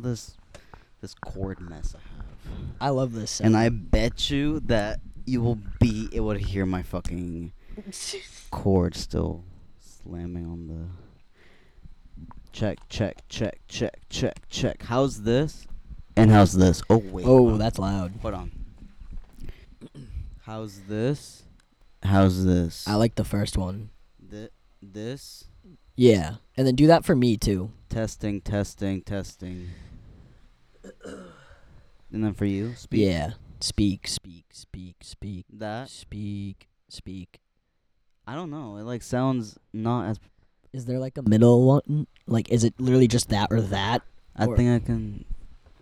this this cord mess I have. I love this. And I bet you that you will be able to hear my fucking cord still slamming on the check, check, check, check, check, check. How's this? And how's this? Oh wait. oh, wow. that's loud. hold on. How's this? How's this? I like the first one. Th- this Yeah, and then do that for me too. testing, testing, testing. And then for you, speak Yeah, speak, speak, speak, speak, that. speak, speak. I don't know. It like sounds not as. Is there like a middle one? Like, is it literally just that or that? I Or- think I can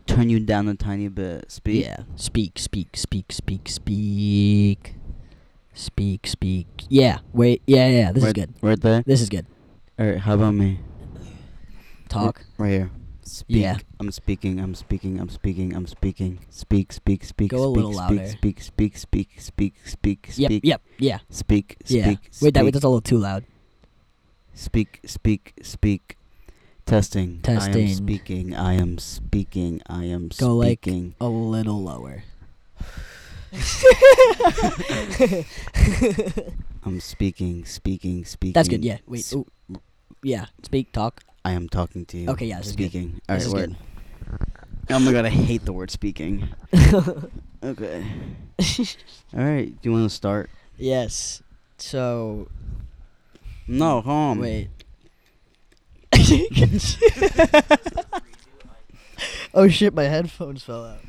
turn you down a tiny bit. Speak. Yeah. Speak, speak, speak, speak, speak, speak, speak. Yeah. Wait. Yeah, yeah. yeah, This is right, good. Right there. This is good. All right. How about me? Talk. Right here. Speak. Yeah. I'm speaking. I'm speaking. I'm speaking. I'm speaking. Speak. Speak. Speak. Go a speak, little speak, louder. Speak. Speak. Speak. Speak. Speak. Yep. Speak. Yep. Yeah. Speak. Yeah. Speak. Wait, that speak, that's a little too loud. Speak, speak, speak. Testing. I am Testing. speaking. I am speaking. I am Go like- speaking. A little lower. I'm speaking, speaking, speaking. That's good. Yeah. Wait. S- Ooh. Yeah. Speak. Talk. I am talking to you. Okay, yeah, this is good. Speaking. All right, This is word. Oh my god, I hate the word speaking. okay. All right, do you want to start? Yes. So No, hold on. wait. oh shit! My headphones fell out.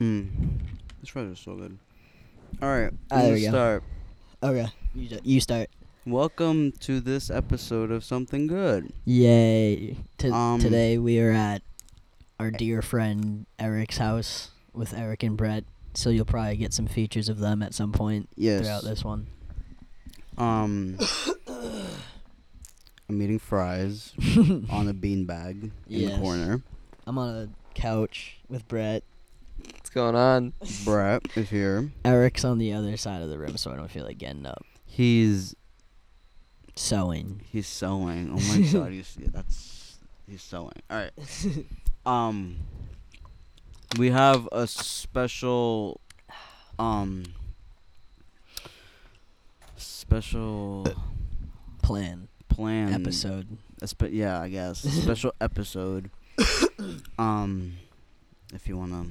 Mm. This fries are so good. All right, Ah, there let's we go. start. Okay. You ju- you start. Welcome to this episode of Something Good. Yay. T- Um, today we are at our dear friend Eric's house with Eric and Brett. So you'll probably get some features of them at some point Yes. throughout this one. Um, I'm eating fries on a beanbag in the Yes. corner. I'm on a couch with Brett. What's going on? Brett is here. Eric's on the other side of the room, so I don't feel like getting up. He's Sewing. he's sewing. Oh my god, he's yeah, that's he's sewing. All right. Um, we have a special, um, special Plan. plan episode. a spe- yeah, I guess special episode. Um, if you wanna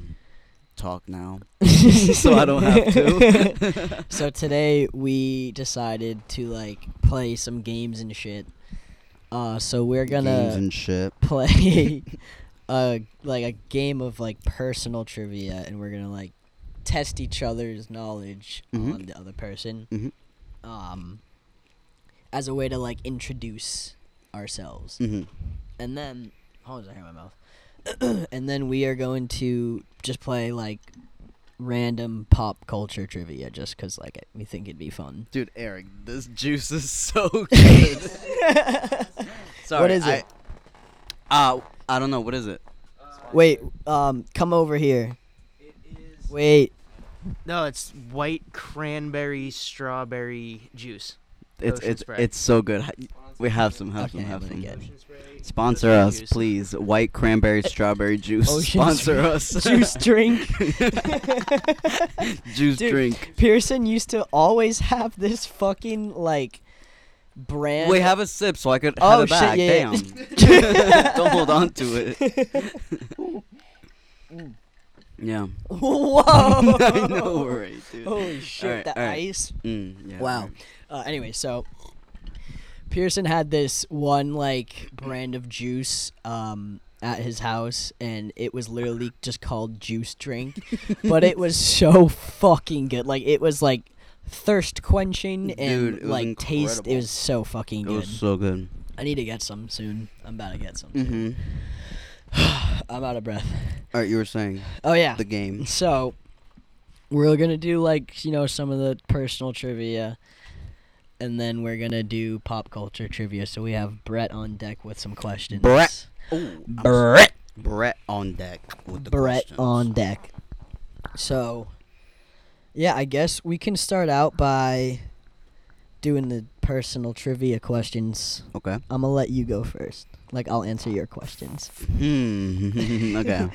talk now, so I don't have to. So today we decided to like play some games and shit. Uh, so we're Games gonna and shit. play a like a game of like personal trivia, and we're gonna like test each other's knowledge Mhm. on the other person, Mhm. um, as a way to like introduce ourselves, Mhm. and then hold on, I hear my mouth, and then we are going to just play like random pop culture trivia, just cause like I- we think it'd be fun. Dude, Eric, this juice is so good. Sorry, What is I, it? Uh, I don't know. What is it? Wait, um, come over here. Wait. No, it's white cranberry strawberry juice. It's Ocean it's Spray. it's so good. Hi- We have some, have some, Okay, I'm have gonna some. get it. Sponsor Ocean us, juice. please. White cranberry strawberry juice. Ocean Spray Sponsor us. juice drink. juice Dude, drink. Pearson used to always have this fucking like brand. Wait, have a sip so I could have Oh, it shit, back. yeah, Damn. Don't hold on to it. yeah. Whoa! I know, right, dude. Holy shit! Alright, the alright. ice. Mm, yeah, Wow. right. Uh, anyway, so Pearson had this one like brand of juice um, at his house, and it was literally just called juice drink, but it was so fucking good. Like it was like thirst quenching and Dude, it was like taste. It incredible. was so fucking It good. was so good. I need to get some soon. I'm about to get some. soon. Mm-hmm. I'm out of breath. All right, you were saying Oh yeah. the game. So we're gonna do like you know some of the personal trivia, and then we're gonna do pop culture trivia. So we have Brett on deck with some questions. Brett. Brett. Brett on deck with the Brett questions. on deck. So, yeah, I guess we can start out by doing the personal trivia questions. Okay. I'm gonna let you go first. Like I'll answer your questions. Hmm. okay.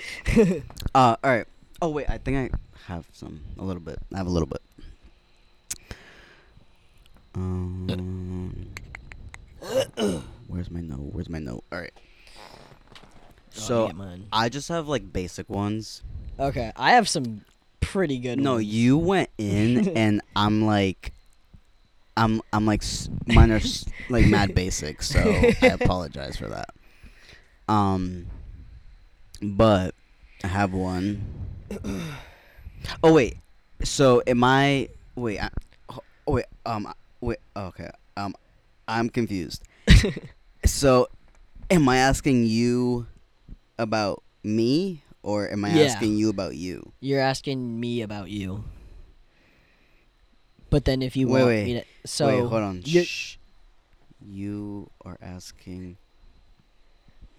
Uh, all right. Oh wait, I think I have some. A little bit. I have a little bit. Um, where's my note? Where's my note? All right. So I just have like basic ones. okay, I have some pretty good. No, ones. you went in, and I'm like, I'm I'm like s- mine are s- like mad basic, so I apologize for that. Um, but I have one. Oh wait, so am I? Wait, I, oh, wait, um, wait, okay, um, I'm confused. so, am I asking you about me, or am I Yeah. asking you about you? You're asking me about you. But then if you Wait, want wait. me to, so Wait, hold on. you- Shh. You are asking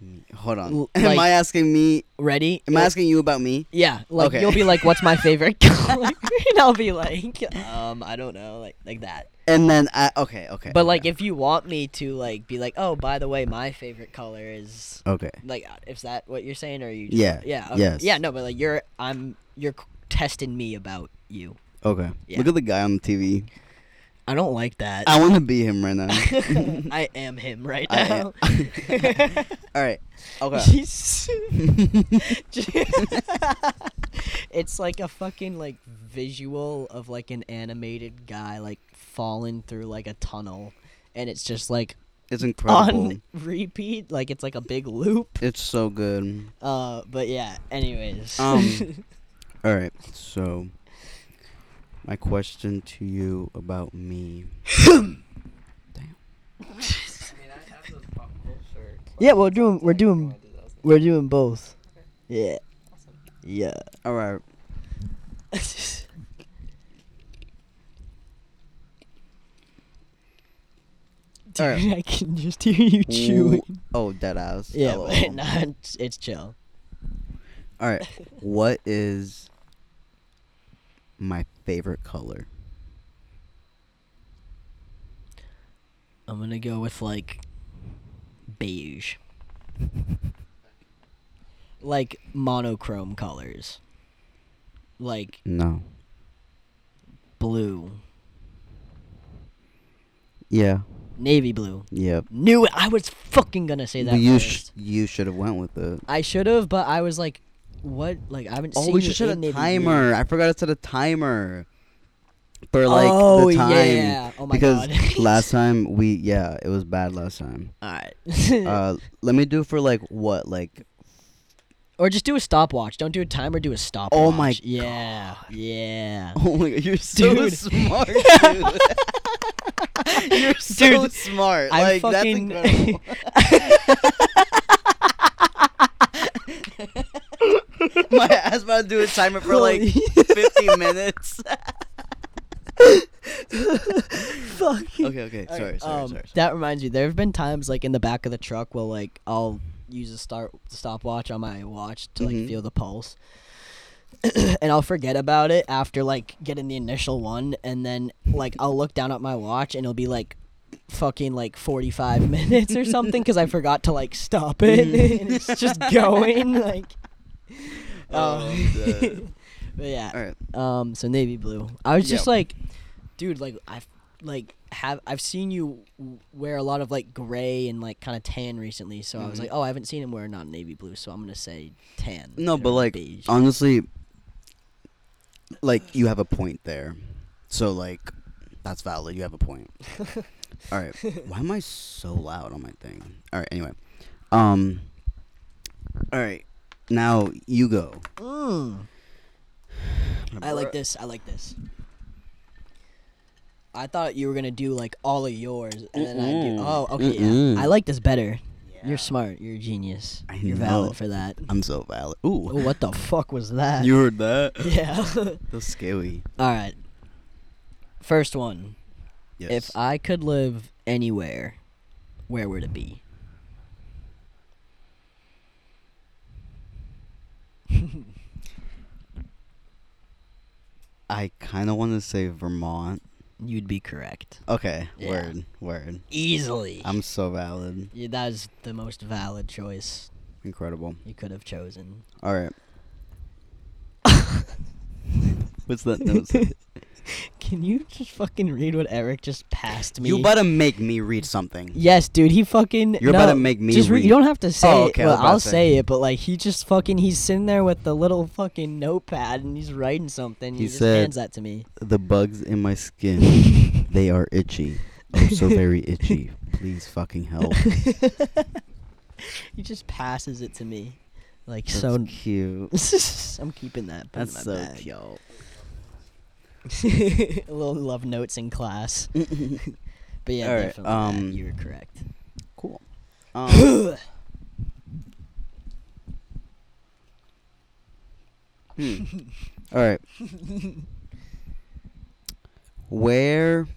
me. Hold on. L- am like- I asking me? ready? Am I asking you about me? Yeah, like Okay. you'll be like, "What's my favorite color?" and I'll be like, "Um, I don't know," like like that. And then I. Okay, okay. But like, if you want me to like be like, "Oh, by the way, my favorite color is Okay. like," uh, is that what you're saying, or are you? Just, Yeah. Yeah. Okay. Yes. Yeah. No, but like, you're I'm you're c- testing me about you. Okay. Yeah. Look at the guy on the TV. I don't like that. I want to be him right now. I am him right I now. am- All right. Okay. He's- it's like a fucking like visual of like an animated guy like falling through like a tunnel, and it's just like it's incredible. on repeat. Like it's like a big loop. It's so good. Uh, but yeah. Anyways. Um, All right. So, my question to you about me. yeah, we're doing we're doing we're doing both. Yeah. Yeah. All right. Dude, I can just hear you chewing. Wh- Oh, dead ass. Yeah, LOL. but nah, it's, it's chill. All right. what is my favorite color? I'm gonna go with like beige, like monochrome colors, like No. blue, Yeah. navy blue. Yep. Knew it. I was fucking gonna say that. But you sh- first. you should have went with it. I should have, but I was like, what? Like I haven't Oh, seen we you should set in a navy blue. timer. I forgot to set a timer for like Oh, the time. yeah. Oh my because God. last time we yeah it was bad last time. All right. Uh, let me do for like what like or just do a stopwatch. Don't do a timer. Do a stopwatch. Oh my Yeah. Yeah. oh my god you're so Dude. smart dude. you're so Dude, smart I'm like that's fucking- incredible. My ass about to do a timer for like Holy- 50 minutes. Fucking. Okay, okay. All Sorry, right, sorry, um, sorry. sorry. That reminds me. There have been times like in the back of the truck where like I'll use a start stopwatch on my watch to like Mhm. feel the pulse, and I'll forget about it after like getting the initial one, and then like I'll look down at my watch and it'll be like fucking like 45 minutes or something because I forgot to like stop it Mm-hmm. and it's just going like. Oh, um, I'm dead. but yeah. All right. Um, so navy blue. I was just Yeah. like, dude, like I've like have I've seen you w- wear a lot of like gray and like kind of tan recently. So I was Mhm. like, oh, I haven't seen him wear not navy blue, so I'm gonna say tan. No, or but like uh, beige. honestly, like you have a point there. So like, that's valid. You have a point. All right. Why am I so loud on my thing? All right. Anyway, um. All right. Now you go. Mm. I like this. I like this. I thought you were gonna do like all of yours, and then I do. Mm-mm. Oh, okay, Mm-mm. yeah. I like this better. You're smart. You're a genius. I You're know. valid for that. I'm so valid. Oh, Ooh. what the fuck was that? You heard that? yeah. That's scary. All right. First one. Yes. If I could live anywhere, where would it be? I kind of want to say Vermont, You'd be correct. Okay, Yeah. word, word. Easily. I'm so valid. yeah, that is the most valid choice Incredible. you could have chosen. All right. What's that note? say? Can you just fucking read what Eric just passed me? You better make me read something. Yes, dude. He fucking. You're no, about to make me Just re- read. you don't have to say Oh, it. okay, I Well, was about to I'll say. say it, but like he just fucking he's sitting there with the little fucking notepad and he's writing something. He he just said- hands that to me. The bugs in my skin, they are itchy. I'm so very itchy. Please fucking help. he just passes it to me, like That's so. cute. I'm keeping that. put it in That's my so bag. cute. little love notes in class. But yeah, Alright, definitely. that. um, you were correct. Cool. Um, hmm. All right. Where?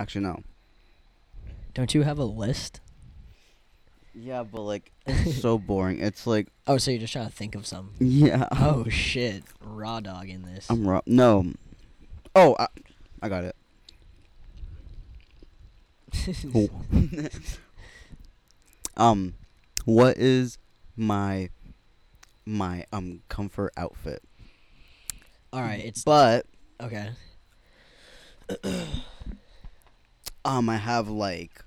Actually, no. Don't you have a list? Yeah, but like, it's so boring. It's like, Oh, so you're just trying to think of some. yeah. Um, Oh shit, raw dog in this. I'm wrong. No. Oh, I, I got it. um, what is my my um comfort outfit? All right, it's But okay. um, I have like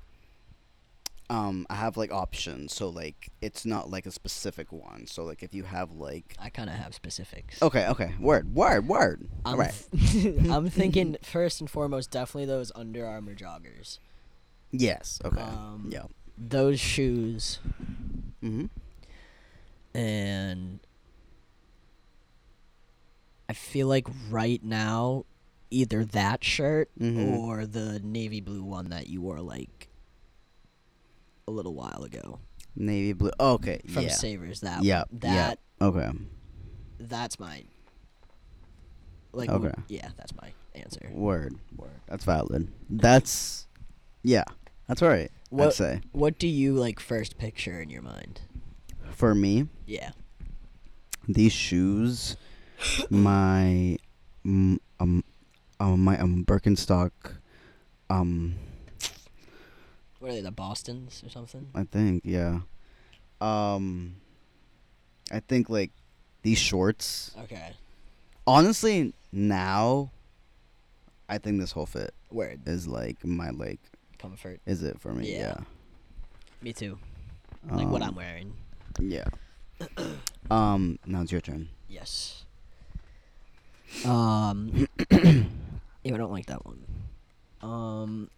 um, I have like options. So like, it's not like a specific one. So like, if you have like I kind of have specifics. okay, okay, word, word, word. I'm All right. th- I'm thinking first and foremost, definitely those Under Armour joggers. Yes. Okay. Um, yeah. Those shoes hmm and I feel like right now either that shirt Mhm. or the navy blue one that you wore like a little while ago Navy blue. Okay. from yeah. Savers that one. Yeah, yeah. that Okay. that's mine. Like Okay. w- yeah, that's my answer. Word. Word. That's valid. That's yeah. That's all right. I'd What- say What do you like first picture in your mind? for me, Yeah. these shoes, my mm, um, um my um Birkenstock, um What are they, the Bostons or something? I think yeah, um, I think like these shorts. Okay. Honestly, now, I think this whole fit Word. is like my like Comfort. is it for me? Yeah. Yeah. Me too. Like what Um, I'm wearing. Yeah. um, now it's your turn. Yes. Um Ew, I don't like that one. Um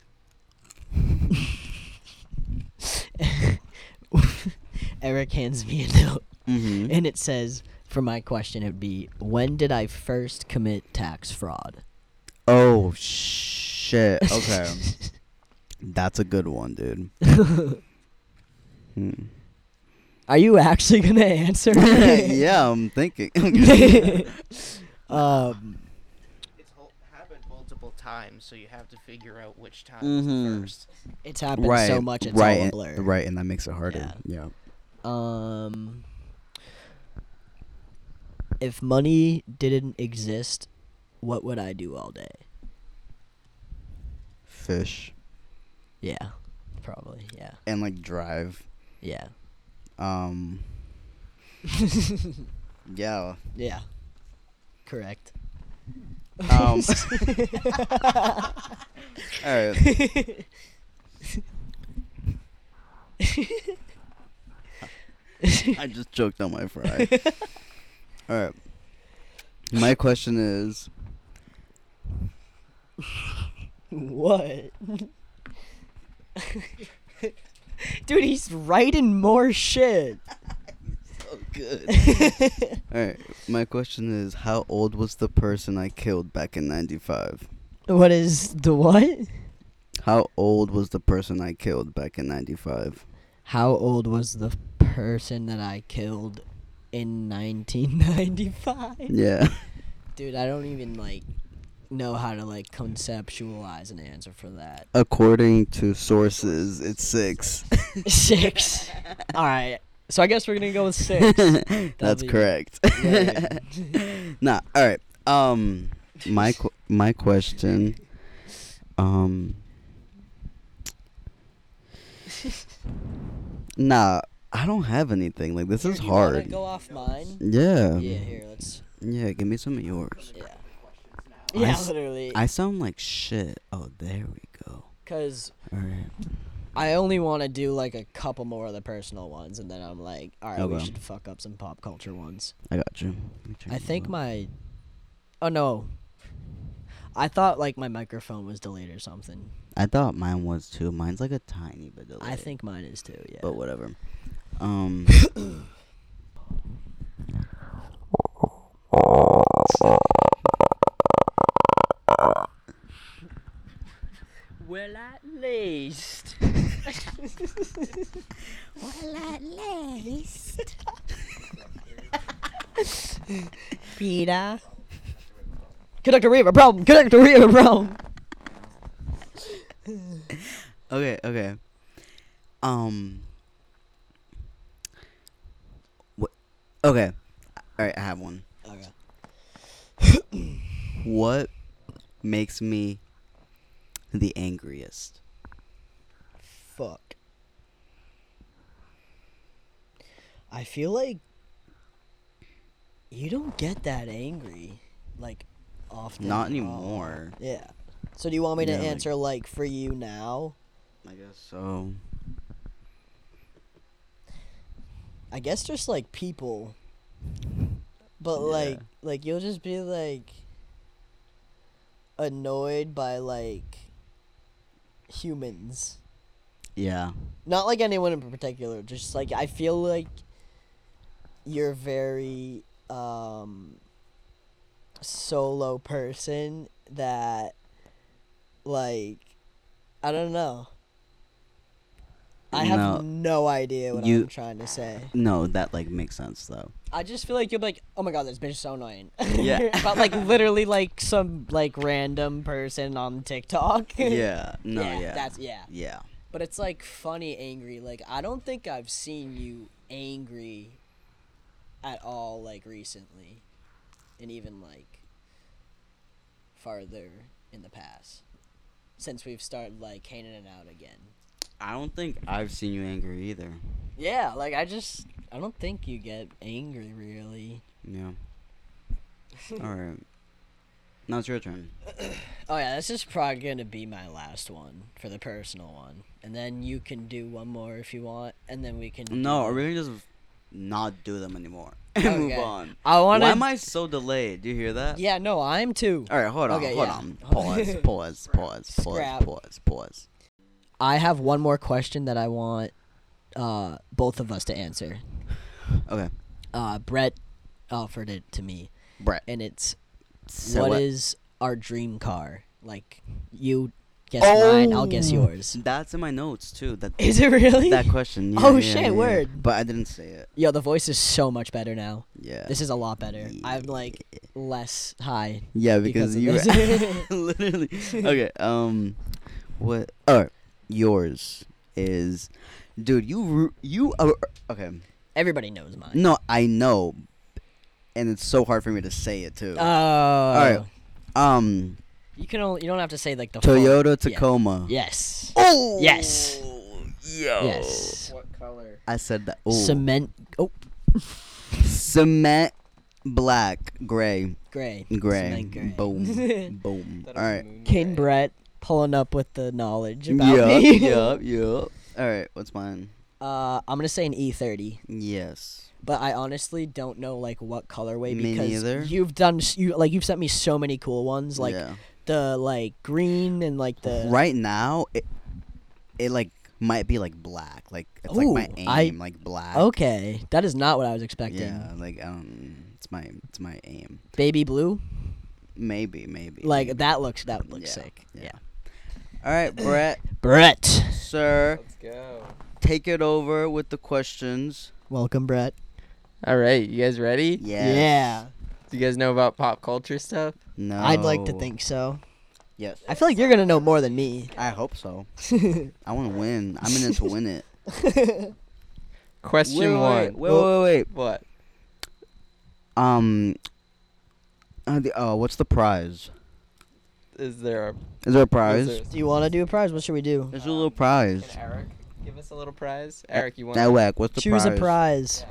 Eric hands me a note Mm-hmm. and it says for my question it would be when did I first commit tax fraud? oh shit. Okay, that's a good one, dude. Hmm. Are you actually gonna answer? yeah, I'm thinking. Okay. um, It's hol- happened multiple times, so you have to figure out which time Mhm. is first. it's happened so much. It's right, all a and- blur. right, and that makes it harder. Yeah. Um, if money didn't exist, what would I do all day? Fish Yeah, probably. Yeah, and like drive. yeah, Um. yeah. yeah. Correct. Um. all right. I just choked on my fry. All right. My question is, What? Dude, he's writing more shit. Oh, good. All right. My question is, how old was the person I killed back in '95? What is the what? How old was the person I killed back in '95? How old was the person that I killed in 1995? Yeah. Dude, I don't even like know how to like conceptualize an answer for that. According to sources, it's six. Six. All right. So I guess we're gonna go with six. That's be- correct. Yeah. nah. All right. Um. my qu- my question um Nah, I don't have anything. Like this Here, is you wanna hard. Go off mine. Yeah. Yeah, here, let's. Yeah, give me some of yours. Yeah. I Yeah, s- literally. I sound like shit. Oh, there we go. Because All right. I only want to do like a couple more of the personal ones, and then I'm like, all right, we Okay. should fuck up some pop culture ones. I got you. Let me check I this think out. my. Oh no. I thought like my microphone was delayed or something. I thought mine was too. Mine's like a tiny bit delayed. I think mine is too. Yeah. but whatever. Um Well, at least. Well, at least. Peter. Conductor, we have a problem. Conductor, we have a problem. Okay, okay. Um. What? Okay. All right, I have one. Okay. What makes me the angriest? Fuck. I feel like you don't get that angry, like often. Not at all. anymore. Yeah. So do you want me to Yeah, like- answer like for you now? I guess so. I guess just like people. But Yeah. like like you'll just be like annoyed by like humans. Yeah. Not like anyone in particular, just like I feel like you're very um solo person that like I don't know. I No. have no idea what You- I'm trying to say. No, that like makes sense though. I just feel like you'll be like, oh my god, this bitch is so annoying. Yeah. but like literally like some like random person on TikTok. yeah. No. yeah, Yeah. That's yeah. yeah. But it's like funny angry. Like I don't think I've seen you angry at all like recently. And even like farther in the past. Since we've started like hanging it out again. I don't think I've seen you angry either. Yeah, like I just I don't think you get angry really. Yeah. All right. Now it's your turn. Oh yeah, this is probably gonna be my last one for the personal one, and then you can do one more if you want, and then we can. No, do- are we gonna just not do them anymore and move Okay. on? I want Why am to. I so delayed? Do you hear that? Yeah, no, I'm too. All right, hold on, Okay, hold yeah. on. Pause, pause, pause, pause, Scrap. pause, pause. I have one more question that I want uh, both of us to answer. Okay, Uh, Brett offered it to me, Brett. and it's So what what- is our dream car? Like you guess Oh! mine, I'll guess yours. That's in my notes too. That Is it really? that question. Yeah, Oh, yeah, shit, yeah. word. But I didn't say it. Yo, the voice is so much better now. Yeah. This is a lot better. I'm like less high yeah because, because of you this. literally. Okay. Um, what? All right, yours is, dude. You ru- you uh, okay. Everybody knows mine. No, I know, and it's so hard for me to say it too. Oh. All right. um, You can only, you don't have to say like the full- Toyota Yeah. Tacoma. Yes. Oh. Yes. Yo. Yes. What color? I said that. Oh. Ooh. Cement. Oh, Cement, black, gray, gray. gray. Cement gray. Boom. Boom. All right. King Brett pulling up with the knowledge about Yup. me. Yup. Yup. All right. What's mine? Uh, I'm gonna say an E30, Yes. but I honestly don't know like what colorway Me because neither. you've done s- you like you've sent me so many cool ones like yeah. the like green and like the right now, it, it like might be like black. Like it's like my Ooh, aim. I- like black. Okay, that is not what I was expecting. Yeah. Like um, it's my it's my aim. Baby blue, Maybe. Maybe. like that looks that looks Yeah, sick. yeah. All right, Brett, Brett. sir, Let's go. take it over with the questions. Welcome, Brett. All right, you guys ready? Yes. Yeah. Do you guys know about pop culture stuff? No. I'd like to Oh. think so. Yes. I feel like you're gonna know more than me. I hope so. I want to win. I'm in it to win it. Question wait, one. Wait, wait, wait, wait. What? Um, Uh, the, oh, what's the prize? Is there a Is there a prize? there- Do you want to do a prize? What should we do? There's a little prize. Can Eric give us a little prize? Eric, you want? Now, whack. What's the Choose prize? a prize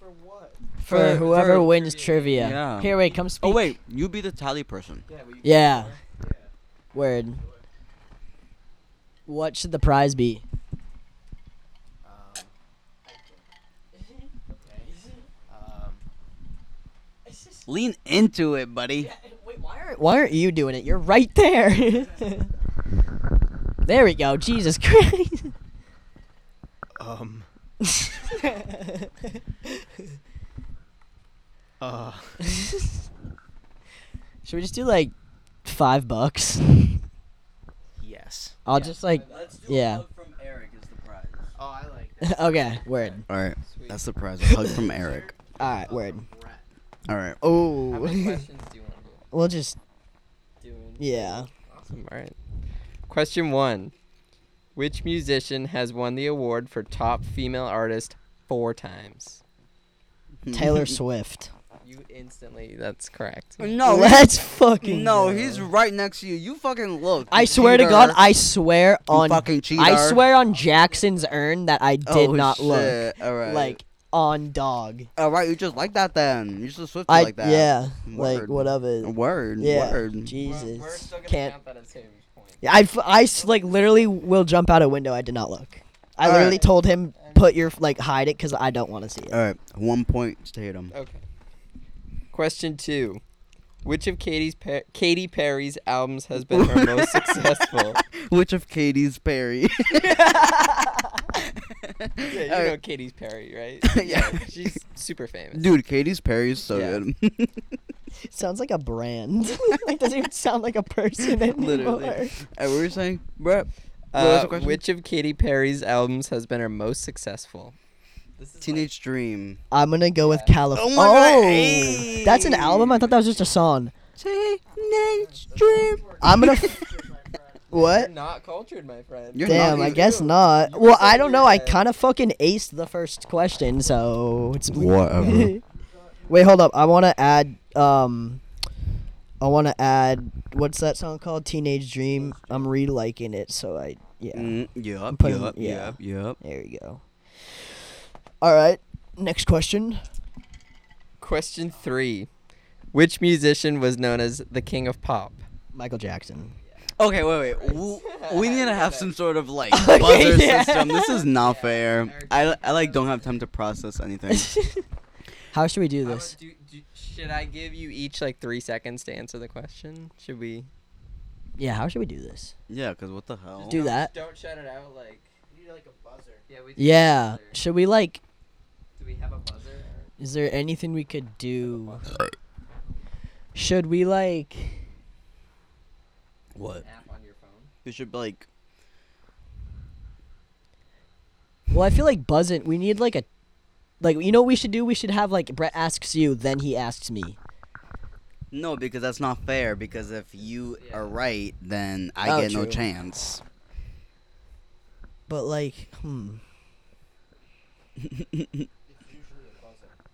for what? for, For- whoever for- wins trivia. Yeah. Here, wait, come speak. Oh wait, you be the tally person. Yeah. Word. What should the prize be? Um, um, Lean into it, buddy. Wait, why aren't why aren't you doing it? You're right there. there we go. Jesus Christ. um, uh, Should we just do like five bucks? yes. I'll just like Let's do a Yeah. hug from Eric is the prize. Oh, I like okay. Word. All right, that's the prize. A hug from Eric. All right. Word. Rat. All right. How Oh. many questions do you want to we'll just do? in- yeah. Awesome. All right. Question one: Which musician has won the award for top female artist four times? Taylor Swift. You instantly. That's correct. No, Let's fucking. no, go. he's right next to you. You fucking look. I you swear to God, cheater. I swear You on fucking cheater. I swear on Jackson's urn that I did Oh, not shit. look All right. like on dog. all right, you just like that then. You just swift I like that. yeah, like Word. what of A it? word. Yeah, Word. Jesus, We're, still gonna can't. count that as Taylor's point. Yeah, I, f- I s- like literally will jump out a window. I did not look. I All literally right. Uh. told him put your like hide it because I don't want to see it. All right, one point to Tatum. Okay. Question two. Which of Katie's per- Katy Perry's albums has been her most successful? Which of Katie's Perry? Yeah, you All know right. Katy Perry, right? Uh, Yeah. she's super famous. Dude, Katie's Perry is so Yeah. good. Sounds like a brand. like doesn't even sound like a person anymore. Literally. Uh, what were you saying, Brett? What was Uh, the question? which of Katy Perry's albums has been her most successful? This is Teenage Dream. I'm gonna go with California. Oh my God, Oh, that's an album. I thought that was just a song. Teenage Dream. I'm gonna. F- what? not cultured, my friend. You're not Damn, I even- guess not. You Well, said I don't you know. I had- kind of fucking aced the first question, so it's Whatever. Wait, hold up. I want to add. Um, I want to add. What's that song called? Teenage Dream. I'm reliking it, so I yeah. Mm, yup, putting- yup, yeah. yup, yup. There you go. All right. Next question. Question three. Which musician was known as the king of pop? Michael Jackson. Okay, wait, wait. W- We need to have some sort of like Okay, buzzer yeah. system. This is not fair. I, I like don't have time to process anything. How should we do this? Do, do, should I give you each like three seconds to answer the question? Should we Yeah. How should we do this? yeah, cause what the hell? Do that. Don't shut it out. Like, You need like a buzzer. yeah, we. Yeah. Should we like? Do we have a buzzer? Is there anything we could do? Should we like? What? app on your phone? You should like. Well, I feel like buzzing. We need like a, like you know what we should do. We should have like Brett asks you, then he asks me. No, because that's not fair. Because if you Yeah. are right, then I Oh, get no true. chance. But like, hmm,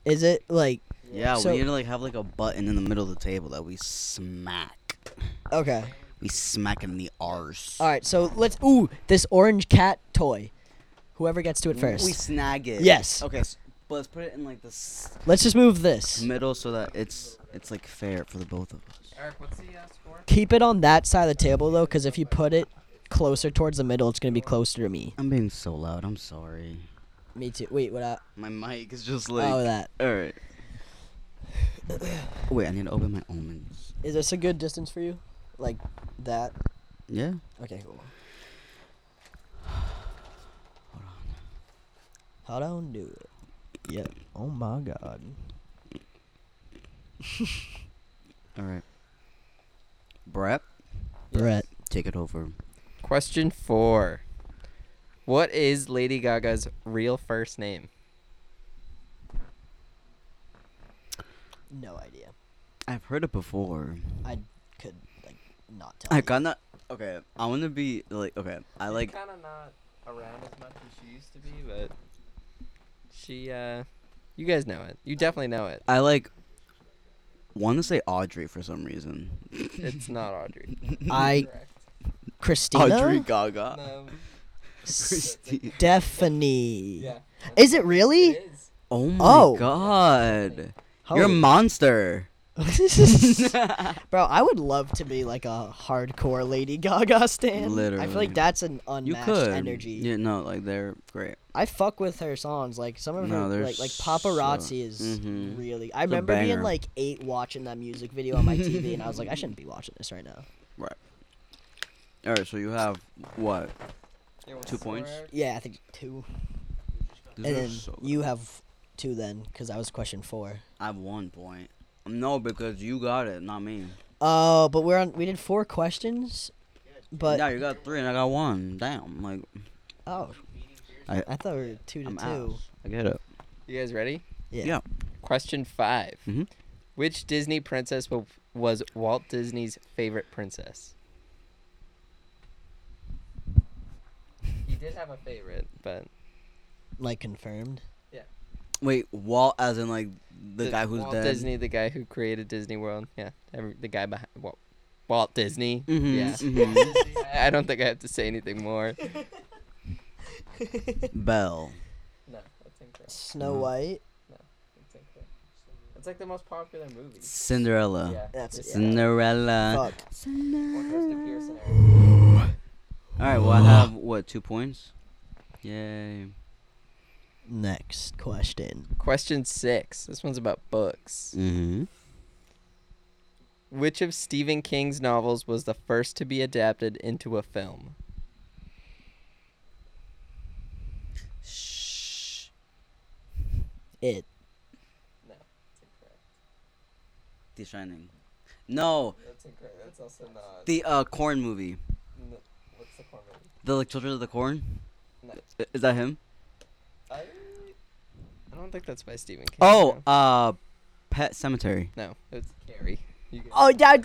is it like yeah, So- we need to like have like a button in the middle of the table that we smack. okay? We smack in the arse. All right, so let's. Ooh, this orange cat toy. Whoever gets to it We first. snag it. Yes. Okay, s but let's put it in like the s- Let's just move this. middle so that it's it's like fair for the both of us. Eric, what's the uh, score? Keep it on that side of the table though, because if you put it closer towards the middle, it's gonna be closer to me. I'm being so loud. I'm sorry. Me too. Wait, what? I, My mic is just like. oh, that All right. Wait, I need to open my almonds. is this a good distance for you? Like that? Yeah. Okay, cool. Hold on. Hold on, do it. Yep. Oh my god. All right. Brett, Brett. take it over. Question four. What is Lady Gaga's real first name? No idea. I've heard it before. Could like not tell. I you. kinda. Okay, I wanna be like. Okay, I like. kind of not around as much as she used to be, but she uh, you guys know it. You definitely know it. I like want to say Audrey for some reason. It's not Audrey. I Uh, Christina Audrey Gaga. No. Christi- Stephanie. Yeah. Is it really? It is. Oh my Oh. god. Holy- You're a monster. Bro, I would love to be like a hardcore Lady Gaga stan. I feel Literally. like that's an You unmatched could. energy. Yeah, no, like they're great. I fuck with her songs. Like some of No, her they're like like so- paparazzi is Mhm. really. I It's a remember being banger. like eight watching that music video on my TV, and I was like, I shouldn't be watching this right now. All right, so you have what? Yeah, what's Two the points. word? Yeah, I think two, and These are then so good. you have two then, because that was question four. I have one point. No, because you got it, not me. Oh, but we're on. We did four questions, but yeah, you got three and I got one. Damn, like oh, I- I thought we were two to I'm out. two. I get it. You guys ready? Yeah. Yeah. Question 5 Mhm. Which Disney princess wa- was Walt Disney's favorite princess? He did have a favorite, but Like confirmed. Wait, Walt, as in like the, Di- guy who's Walt dead. Disney, the guy who created Disney World. Yeah, every, the guy behind Walt, Walt Disney. Mhm, Yeah. mhm. I I don't think I have to say anything more. Belle. No, that's incorrect. Snow No. White. That's incorrect. It's like the most popular movie. Cinderella. That's it. Cinderella. Fuck. All right, well I have what two points? Yay. Next question. Question six. This one's about books. Mm-hmm. Which of Stephen King's novels was the first to be adapted into a film? Shh. It. The Shining. No, That's incorrect. That's also not. the uh corn movie. what's the The like Children of the Corn. No. I- Is that him? I, I don't think that's by Stephen King. Oh, though. uh, Pet Cemetery. no, it's Carrie. You get- Oh, Dad,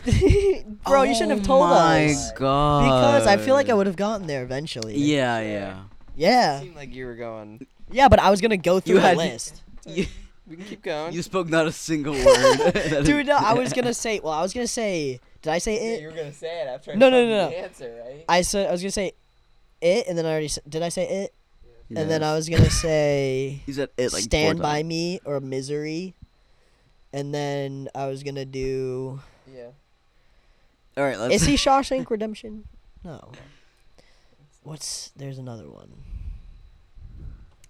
bro, you shouldn't have told Oh my us. god. Because I feel like I would have gotten there eventually. Yeah, yeah. It Yeah. seemed like you were going. Yeah, but I was gonna go through You the had- list. You, We can keep going. you spoke not a single word. Dude, no, I was gonna say. Well, I was gonna say. Did I say Yeah, it? you were gonna say it after. I No, no, told you no, the no. answer, right? I said I was gonna say it, and then I already s did. I say it, and then I Yes. was gonna say He said it like Stand four by times. Me or Misery, and then I was gonna do. Yeah. All right, let's. Is he Shawshank Redemption? No. What's there's another one.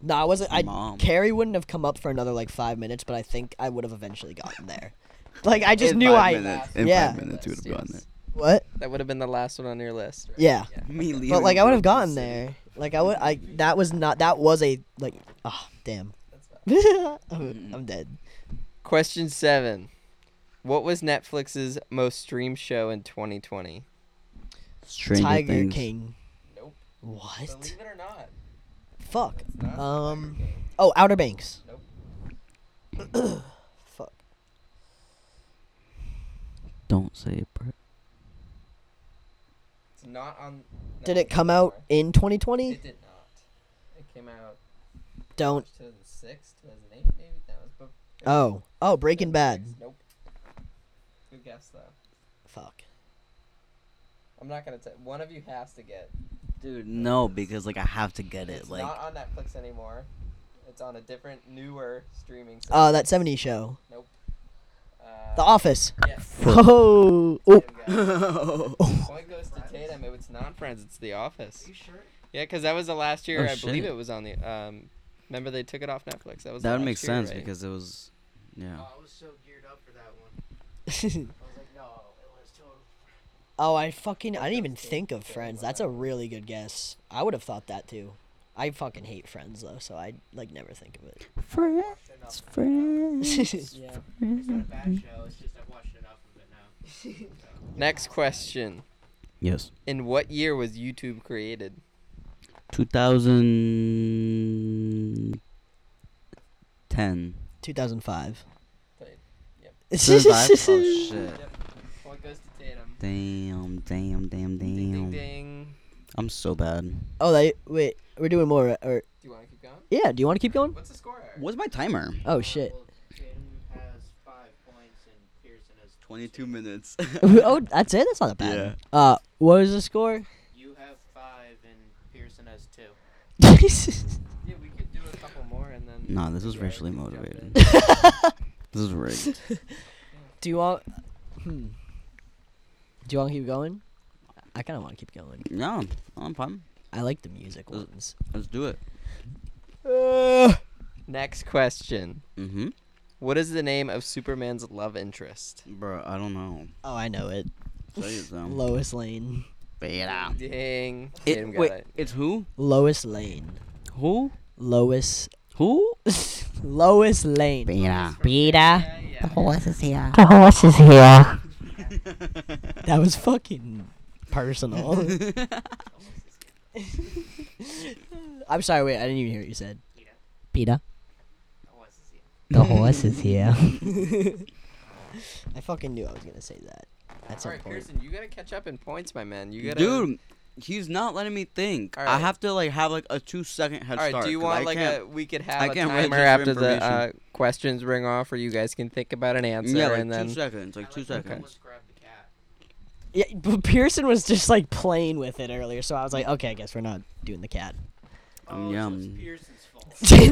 No, I wasn't. I Mom. Carrie wouldn't have come up for another like five minutes, but I think I would have eventually gotten there. Like I just In knew five I. minutes, in yeah. five minutes, you would have gotten it. What? That would have been the last one on your list. Right? Yeah. Me leaving. But like I would have gotten Brooklyn City. there. Like I would. I that was not. That was a like. Ah, damn. Mm-hmm. I'm, I'm dead. Question seven. What was Netflix's most streamed show in 2020? Stranger Tiger Things. King. Nope. What? it or not. Fuck. not Um. Oh, Outer Banks. Nope. Fuck. Don't say it, Brett. It's not on. Did it come out in 2020? did not. It came out Don't. 2006, 2008, maybe. That was. Oh. Oh, Breaking Bad. Nope. Good guess though. Fuck. I'm not gonna tell. One of you has to get. Dude, no, because like I have to get it. It's Like not on Netflix anymore. It's on a different, newer streaming. Service. Oh, that 70 show. Uh, The Office. Yes. Oh. oh. Same guy. I Point goes to Tatum. It was non-Friends. It's The Office. sure? Yeah, because that was the last year. Oh, I believe shit. it was on the. Um, remember they took it off Netflix. That was. that the would last make year, sense right? because it was, yeah. Oh, I was so geared up for that one. I was like, no, it was total. oh, I fucking. I didn't even think of Friends. That's a really good guess. I would have thought that too. I fucking hate Friends though, so I like never think of it. Friends, friends. Yeah. It's not a bad show. It's just I've watched enough of it now. Next question. Yes. In what year was YouTube created? 2010. 2005. Wait, yep. oh shit. Point goes to Tatum. Damn, damn, damn, Ding ding damn. ding. I'm so bad. Oh, they wait. We're doing more. right? Or Do you want to keep going? yeah. Do you want to keep Um, going? What's the score? What's my timer? Oh shit. Well, Tatum has five points and Pearson 22 minutes. oh, that's it. That's not that bad. Uh, what was the score? You have five, and Pearson has two. Yeah, we could do a couple more and then. Nah, this was Yeah, racially we could jump in. motivated. This is rigged. Do you want? Hmm. Do you want to keep going? I kind of want to keep going. No, I'm fine. I like the music Uh, ones. Let's do it. Next question. Mm-hmm. What is the name of Superman's love interest? Bro, I don't know. Oh, I know it. Tell you so. Lois Lane. Beta. Ding. It, Tatum got wait, it. it's who? Lois Lane. Who? Lois. Who? Lois Lane. Beta. ah. Beta. The horse is here. That was fucking personal. I'm sorry. Wait, I didn't even hear what you said. Beta. The horse is here. I fucking knew I was gonna say that. That's All right, important. Pearson, you gotta catch up in points, my man. You gotta. Dude, he's not letting me think. I Alright. have to like have like a two second head All right. start. Do you 'cause I want like can't- a? We could have I a can't timer register after the information. uh, questions ring off, or you guys can think about an answer yeah, like uh, and then. two seconds, like two Okay. seconds. Yeah, but Pearson was just like playing with it earlier, so I was like, okay, I guess we're not doing the cat. Um, yum. Oh, Pearson's fault.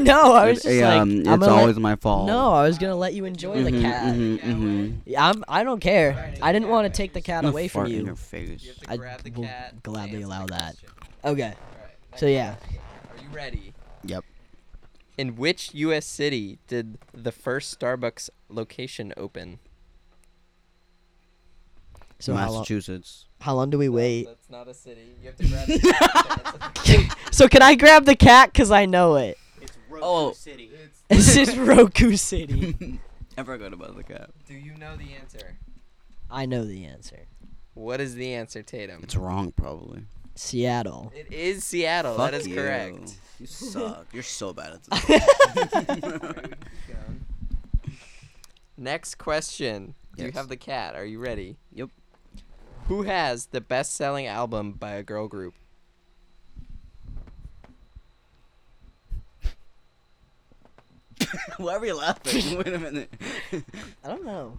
no, I was It's- just yeah, like, um, I'm it's gonna always let- my fault. No, I was gonna let you enjoy the Mhm, cat. mhm, mhm. Yeah, I'm. I don't care. I didn't want to take the cat I'm gonna away from fart In your you. face. You have to I grab the will cat. and gladly answer the allow that. question. Okay. All right, So next yeah, question. Are you ready? Yep. In which U.S. city did the first Starbucks location open? so how long, Massachusetts. how long do we wait? That's not a city. You have to grab the so can I grab the cat? Cause I know it. It's Roku Oh. City. This is Roku City. I forgot about the cat. Do you know the answer? I know the answer. What is the answer, Tatum? It's wrong, probably. Seattle. It is Seattle. Fuck that is you. correct. You suck. You're so bad at this. Next question. You Yes. have the cat. Are you ready? Yep. Who has the best selling album by a girl group? Why are you laughing? Wait a minute. I don't know.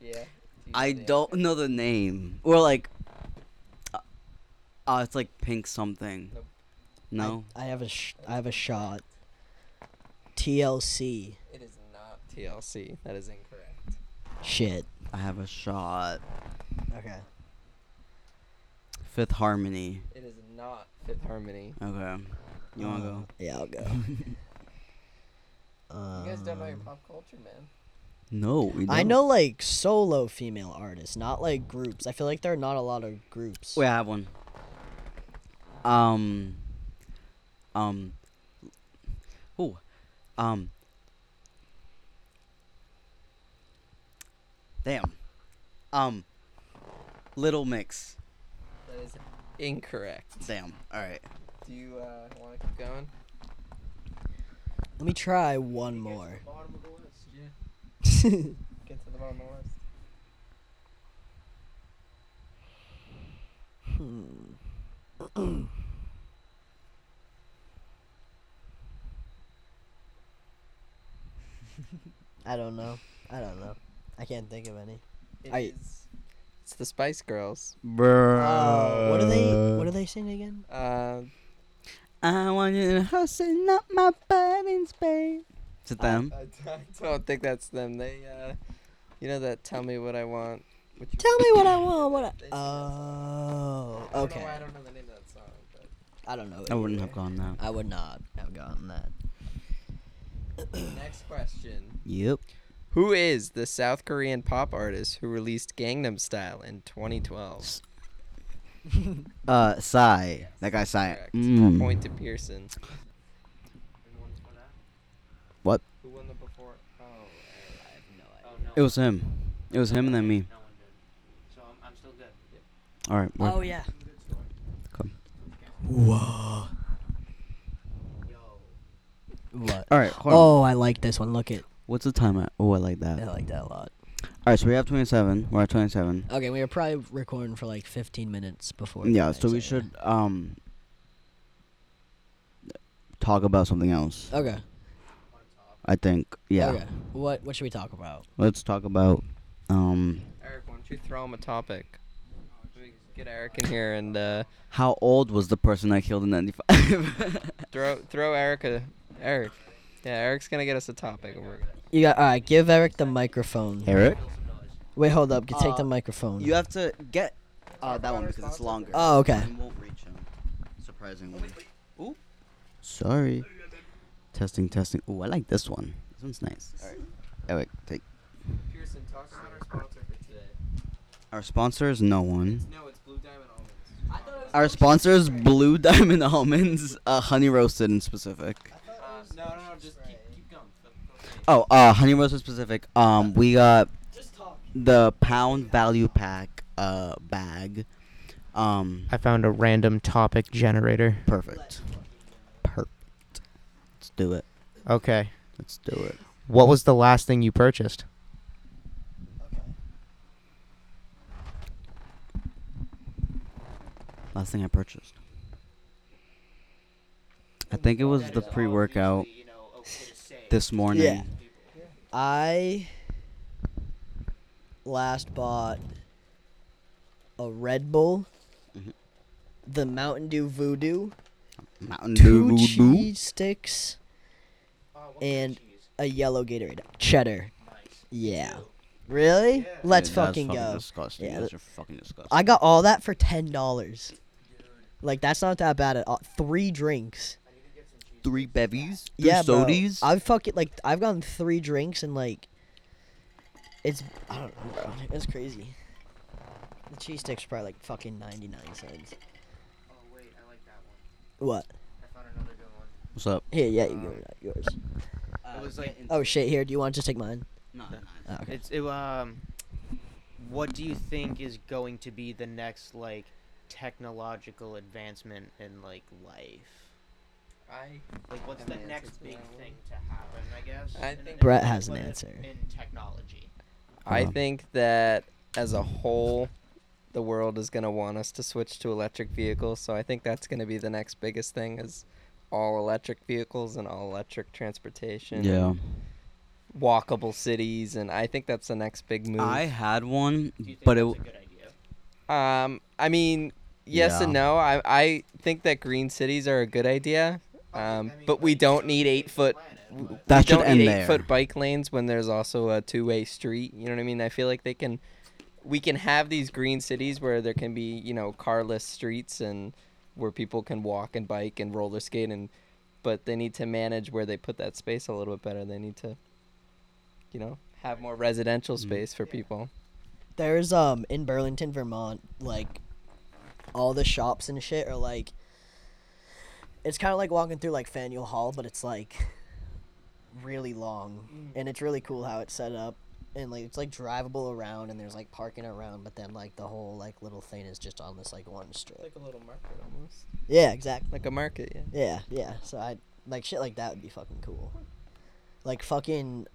Yeah. I don't know the name. Or like, uh, uh, it's like pink something. Nope. No. I, I have a sh- I have a shot. TLC. It is not TLC. That is incorrect. Shit. I have a shot. Okay. Fifth Harmony. It is not Fifth Harmony. Okay. You wanna go? Uh. Yeah, I'll go. um, You guys don't know your pop culture, man. No, we I don't. know like solo female artists, not like groups. I feel like there are not a lot of groups. Wait, I have one. Um. Um. Oh. Um. Damn. Um. Little Mix. That is incorrect. Damn. All right. Do you uh, want to keep going? Let me try one more. Bottom of the list. Get to the bottom of the list. Hmm. I don't know. I don't know. I can't think of any. It I- is- It's the Spice Girls. Bruh. Uh, what are they? What are they singing again? Uh, I want you to hustle up my butt in space. Is it I- them? I d- I don't think that's them. They, uh, you know that "Tell Me What I Want." Which Tell me what I want. What? They sing I... that Oh, I okay. Don't know why I don't know the name of that song. But I don't know. I wouldn't either. have gone that. I would not have gotten that. next question: Yep. Who is the South Korean pop artist who released "Gangnam Style" in 2012? Uh, Psy. That guy Psy. Correct. Mm. Point to Pearson. What? Who won the before? Oh, I have no idea. It was him. It was him and then me. Oh, No one did. So I'm, I'm still good. All right. we're- Oh yeah. Come. Whoa. What? All right. Hold on. Oh, I like this one. Look at. What's the time at? Oh, I like that. I like that a lot. All right, so we have 27. We're at 27. Okay, we were probably recording for like 15 minutes before. the Yeah, next so we area. should um talk about something else. Okay. I think. Yeah. Okay. What What should we talk about? Let's talk about. Um, Eric, why don't you throw him a topic? Let me Get Eric in here and uh, how old was the person I killed in '95? throw throw Eric a Eric. Yeah, Eric's gonna get us a topic. and we're- You got. All right. Give Eric the microphone. Eric, Wait. Hold up. You take the Uh, microphone. you have to get uh, that one because it's longer. Oh, okay. I won't reach him. Surprisingly. Ooh. Sorry. Testing, testing. Ooh, I like this one. This one's nice. All right. Eric, take. Pearson, talk about our sponsor for today. Our sponsor is no one. No, it's Blue Diamond Almonds. Our sponsor is Blue Diamond Almonds, uh, honey roasted in specific. Uh, no, no, no, just keep, keep going. Oh, uh, honey roasted specific. Um, we got the pound value pack uh bag. Um, I found a random topic generator. perfect. Perfect. Let's do it. Okay. Let's do it. What was the last thing you purchased? Last thing I purchased. I think it was the pre-workout this morning. Yeah. I last bought a Red Bull, Mhm. the Mountain Dew Voodoo, Mountain two Dew Voodoo. cheese sticks, Oh, and a yellow Gatorade. Cheddar. Yeah. Really? Let's Dude, that's fucking go. Disgusting. Yeah, Those are fucking disgusting. I got all that for ten dollars. Like that's not that bad at all. Three drinks. three bevies. Three yeah, bro. sodies. I've fucking like I've gotten three drinks and like it's I don't know, bro. It's crazy. The cheese sticks are probably like fucking ninety nine cents. Oh wait, I like that one. What? I found another good one. What's up? Here, yeah, you give me that, yours. it was like Oh shit, here, do you want to just take mine? Oh, Ah, okay. it's it, um. What do you think is going to be the next like technological advancement in like life? I Like, what's Have the an answer next to big that one? thing to happen? I guess. I in the think- next- Brett has an what- answer. In technology. I Um, think that as a whole, the world is gonna want us to switch to electric vehicles. So I think that's gonna be the next biggest thing is all electric vehicles and all electric transportation. Yeah. and Walkable cities, and I think that's the next big move. I had one, Do you think but that's it. a good idea? Um, I mean, yes and Yeah. no. I I think that green cities are a good idea. Um, I mean, but we like, don't it's need good eight for foot. planet, w- but- we That should don't end need there. eight foot bike lanes when there's also a two way street. You know what I mean? I feel like they can, we can have these green cities where there can be you know carless streets and where people can walk and bike and roller skate and, but they need to manage where they put that space a little bit better. They need to, you know, have more residential Mm. space for people. There's um in Burlington, Vermont, like all the shops and shit are like it's kind of like walking through like Faneuil Hall, but it's like really long and it's really cool how it's set up and like it's like drivable around and there's like parking around, but then like the whole like little thing is just on this like one strip. a little market almost. Yeah, exactly. Like a market, yeah. Yeah, yeah. So I like shit like that would be fucking cool. Like fucking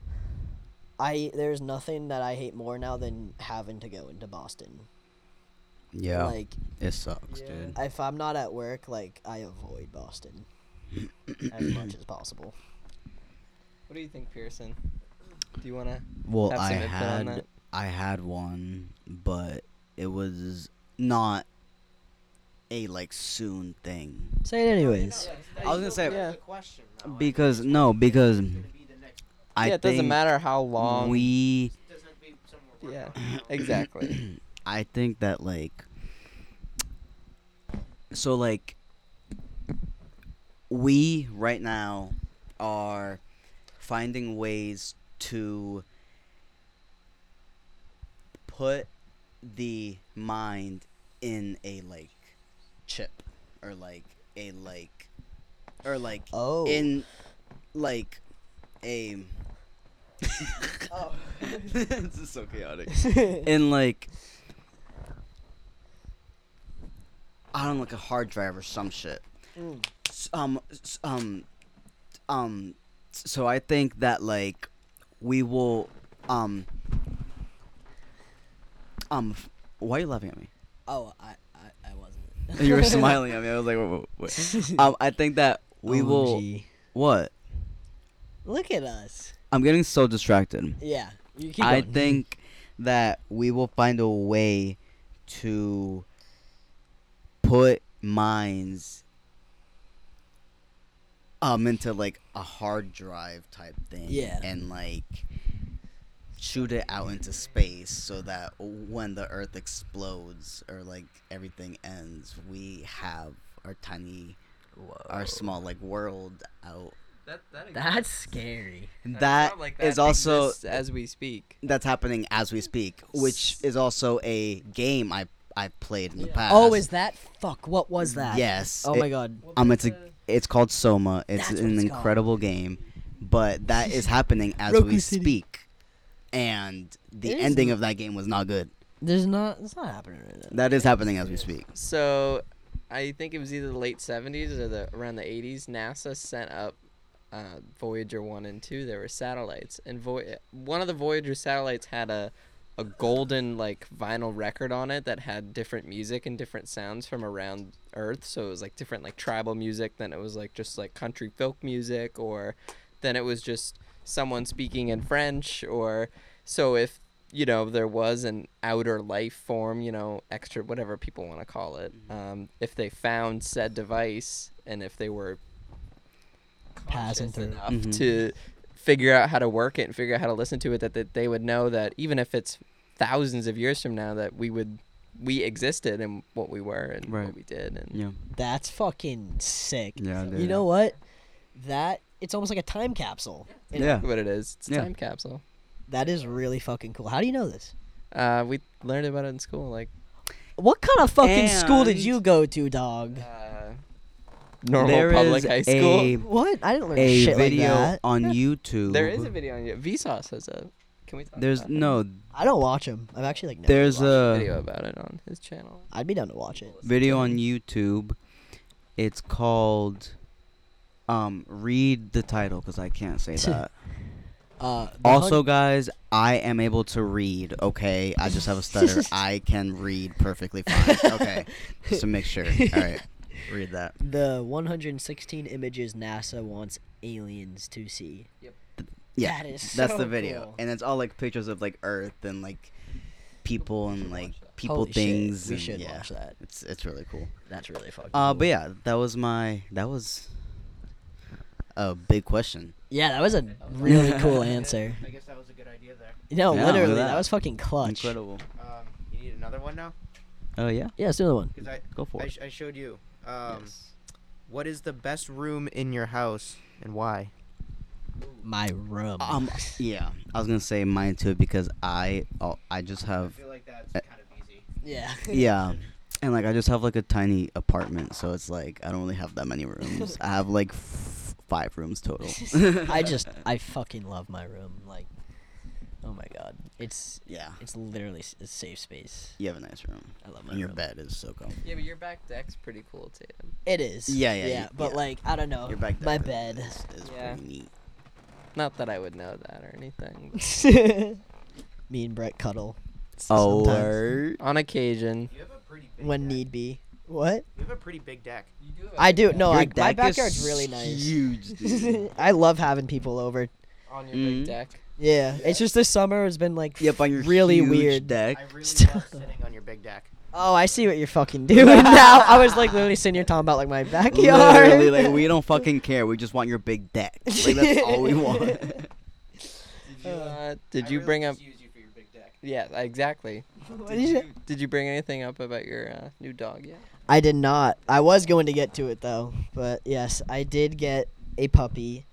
I there's nothing that I hate more now than having to go into Boston. Yeah. Like it sucks, Yeah. dude. if I'm not at work, like I avoid Boston as much as possible. What do you think, Pearson? Do you want to? Well, Have some I input on had that. I had one, but it was not a like soon thing. Say it anyways. I was gonna say- Yeah. The question, though, I Because think no, because it's gonna be the next- I yeah, it doesn't think matter how long. we doesn't have to be something we're working Yeah. on now. exactly. I think that like so like we right now are finding ways to put the mind in a like chip or like a like or like Oh. in like a Oh. this is so chaotic in like I don't know, like a hard drive or some shit. Mm. S- Um, s- um, um. s- So I think that like we will um um. f- Why are you laughing at me? oh, I, I I wasn't. You were smiling at me. I was like, wait, wait, wait. um, I think that We will. OMG. What? Look at us. I'm getting so distracted. Yeah. You keep I going. think that we will find a way to put minds um into like a hard drive type thing. Yeah. And like shoot it out into space so that when the earth explodes or like everything ends, we have our tiny our small like world out. That, that that's scary. That is also as we speak. that's happening as we speak, which is also a game I I played in the past. Oh, is that fuck? What was that? Yes. Oh it- my god. Um, it's a, it's called Soma. It's That's what an it's called. incredible game, but that is happening as Roku we City. speak, and the It is ending of that game was not good. There's not. It's not happening right now. That is happening as we speak. So, I think it was either the late '70s or the around the '80s. NASA sent up uh, Voyager one and two. There were satellites, and Voy- one of the Voyager satellites had a a golden like vinyl record on it that had different music and different sounds from around Earth. So it was like different like tribal music. Then it was like just like country folk music, or then it was just someone speaking in French, or so if you know there was an outer life form, you know, extra whatever people want to call it. Um, if they found said device and if they were Passing conscious through. Mm-hmm. enough Mhm. to figure out how to work it and figure out how to listen to it that, that they would know that even if it's thousands of years from now that we would we existed and what we were and Right. what we did and Yeah, That's fucking sick. yeah. You know what? That it's almost like a time capsule. Yeah. what it is it's a Yeah. time capsule That is really fucking cool. How do you know this? uh, we learned about it in school like What kind of fucking school did And- you go to, dog? uh, normal public high school a, What? I didn't learn a shit video like that. on YouTube. there is a video on you vsauce has a can we talk There's about it? no. uh, I don't watch them. I'm actually like. never There's watched 'em. a video about it on his channel I'd be down to watch it. video on YouTube. It's called. Um, read the title because I can't say that. Uh, the Also, hun- guys, I am able to read. Okay, I just have a stutter. I can read perfectly fine. Okay, just to make sure. All right, read that. the 116 images NASA wants aliens to see. Yeah, That is that's the so video, cool. and it's all like pictures of like Earth and like people and like people Holy shit, things. We and, should yeah, watch that. It's it's really cool. That's really fucking. Uh, cool. but yeah, that was my that was a big question. Yeah, that was a really cool answer. I guess that was a good idea there. No, Yeah, look at literally, that. that. was fucking clutch. Incredible. Um, you need another one now Oh yeah, Yeah, let's do another one. because I go for I, it. sh- I showed you. Um, what is the best room in your house and why? My room. Um, yeah, I was gonna say mine too because I oh, I just have like that's Uh, kind of easy. yeah. yeah and like i just have like a tiny apartment so it's like i don't really have that many rooms i have like f- five rooms total I just, I fucking love my room. Like, oh my god, it's yeah it's literally s- a safe space. you have a nice room I love my and your room. bed is so comfortable yeah but your back deck's pretty cool Tatum It is. Yeah, yeah, yeah. you- But yeah. like, I don't know. your back my deck bed. is, is Yeah. pretty neat not that I would know that or anything but Me and Brett cuddle. oh sometimes, word. on occasion You have a pretty big when deck. need be. What? You have a pretty big deck. I do. No, Your I, my deck is backyard's really nice. huge dude. I love having people over. on your Mhm. big deck. Yeah, it's just this summer has been like yep on your really huge weird. deck I really Stop. love sitting on your big deck. Oh, I see what you're fucking doing now. I was like literally sitting here talking about like my backyard. Literally, like we don't fucking care. We just want your big deck. Like that's all we want. Did you, uh, did you bring up? Use you for your big deck. Yeah, exactly. What Did is you, it? did you bring anything up about your uh, new dog yet? I did not. I was going to get to it though, but yes, I did get a puppy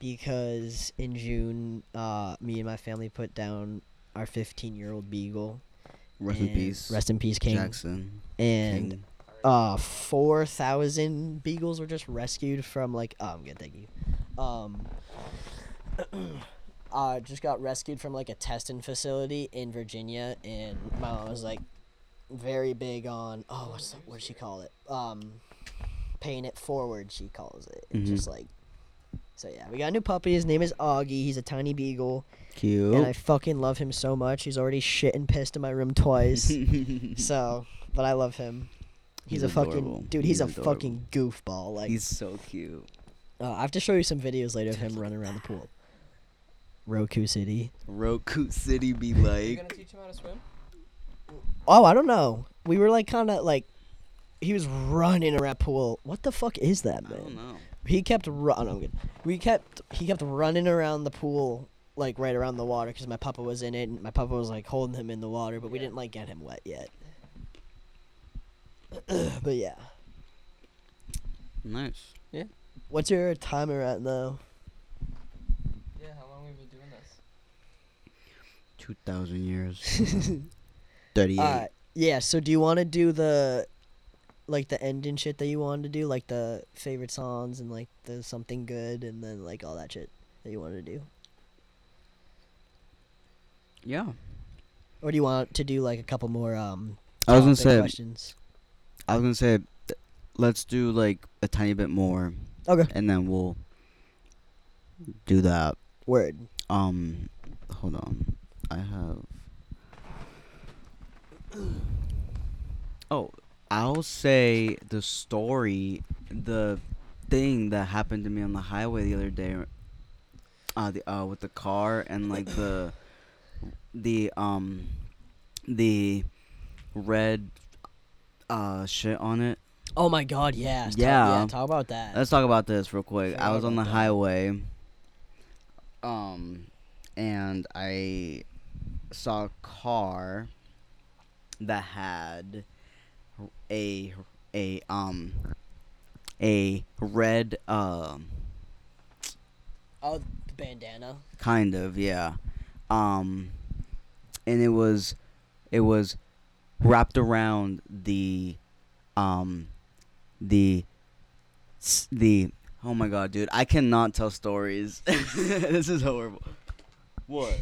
because in June, uh, me and my family put down our 15 year old beagle. Rest in and- peace, Rest in peace, King. Jackson. And King. uh, 4,000 beagles were just rescued from like. Oh, I'm good. Thank you. Um. Uh, just got rescued from like a testing facility in Virginia, and my mom was like very big on oh, what's the, what does she call it? Um, paying it forward, she calls it. And Mhm. Just like so, yeah. We got a new puppy. His name is Augie. He's a tiny beagle, and I Cute. fucking love him so much. He's already shit and pissed in my room twice. So, but I love him. He's, He's a fucking adorable. dude. He's, He's a adorable. fucking goofball. Like He's so cute. Uh, I have to show you some videos later of him running around the pool. Roku City. Roku City be You like. gonna teach him how to swim? Oh, I don't know. We were like kind of like, he was running around pool. What the fuck is that, I man? don't know. He kept running. I'm good. We kept. He kept running around the pool, like right around the water, because my papa was in it, and my papa was like holding him in the water, but we didn't like get him wet yet. but yeah, Nice. what's your timer at now? Yeah, how long have you been doing this? Two thousand years. Thirty-eight. Uh, yeah. So do you want to do the, like the end and shit that you wanted to do, like the favorite songs and like the something good and then like all that shit that you wanted to do, yeah. or do you want to do like a couple more um? I was gonna topic say. questions. I was gonna say. th- Let's do like a tiny bit more, Okay. and then we'll do that. Word. Um, hold on. I have. Oh, I'll say the story, the thing that happened to me on the highway the other day. Uh, the uh with the car and like the, the um, the red uh shit on it. Oh my god, yeah. Talk, yeah, Yeah. talk about that. Let's talk about this real quick. I Forgot was on the about that. highway, um, and I saw a car that had a a um a red um oh, the bandana. kind of yeah um and it was it was wrapped around the um the s- the oh my god dude i cannot tell stories this is horrible what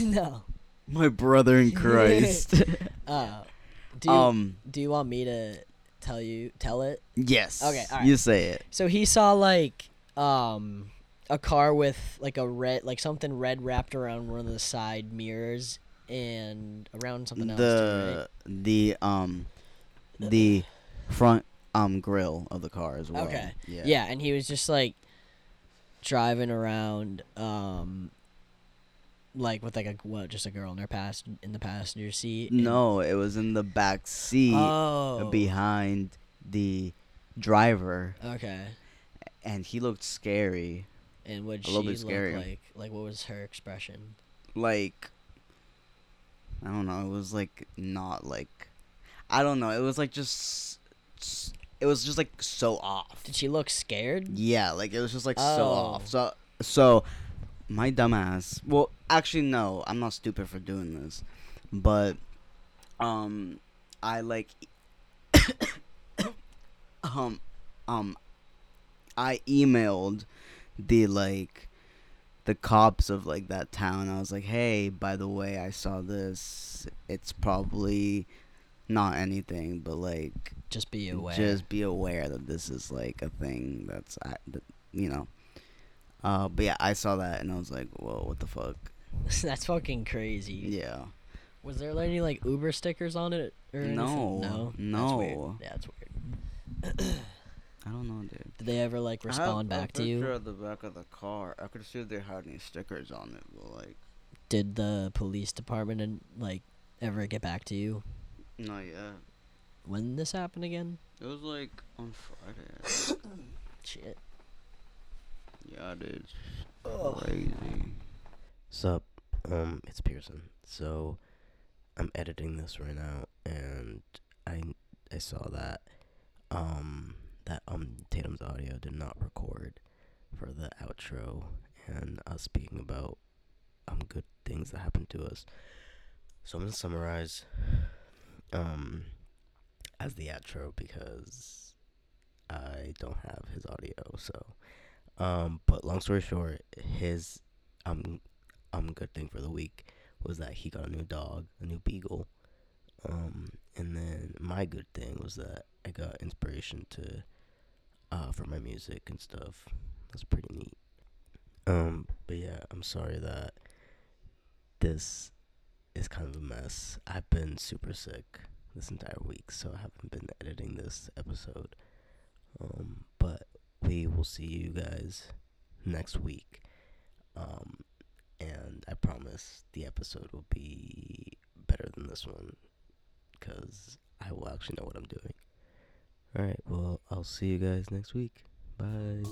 no. my brother in christ Uh, do you, um do you want me to tell you tell it? yes Okay, alright. you say it So he saw like um a car with like a red like something red wrapped around one of the side mirrors and around something else. too, right? the the um the front um grill of the car as well Okay. yeah yeah and he was just like driving around um like with like a what just a girl in her past in the passenger seat. and- no it was in the back seat Oh. behind the driver, Okay. and he looked scary. And what A she little look bit scarier. like? Like, what was her expression? Like, I don't know. It was like not like, I don't know. It was like just, s- it was just like so off. Did she look scared? Yeah, like it was just like so Oh. off. So, so my dumbass. Well, actually, no, I'm not stupid for doing this, but um, I like um um I emailed the like the cops of like that town. I was like, hey, by the way, I saw this. It's probably not anything, but like Just be aware. just be aware that this is like a thing that's I- that, you know. Uh, but yeah, I saw that and I was like, whoa, what the fuck? That's fucking crazy. Yeah. Was there any like Uber stickers on it or anything? No, No. That's no. weird. Yeah, that's weird. I don't know, dude. Did they ever like respond back to you? the back of the car. I could see if they had any stickers on it, but like, Did the police department and like ever get back to you not yet. when did this happened again? It was like on Friday. Shit. yeah, dude. Ugh. Crazy. Sup, um, it's Pearson. So, I'm editing this right now, and I I saw that um that um Tatum's audio did not record for the outro and us speaking about um good things that happened to us. So I'm gonna summarize um as the outro because I don't have his audio. So, um, but long story short, his um um good thing for the week was that he got a new dog, a new beagle. Um and then my good thing was that I got inspiration to uh for my music and stuff. That's pretty neat. Um but yeah, I'm sorry that this is kind of a mess. I've been super sick this entire week, so I haven't been editing this episode. Um but we hopefully we'll see you guys next week. Um, and I promise the episode will be better than this one because I will actually know what I'm doing. All right, well, I'll see you guys next week. Bye.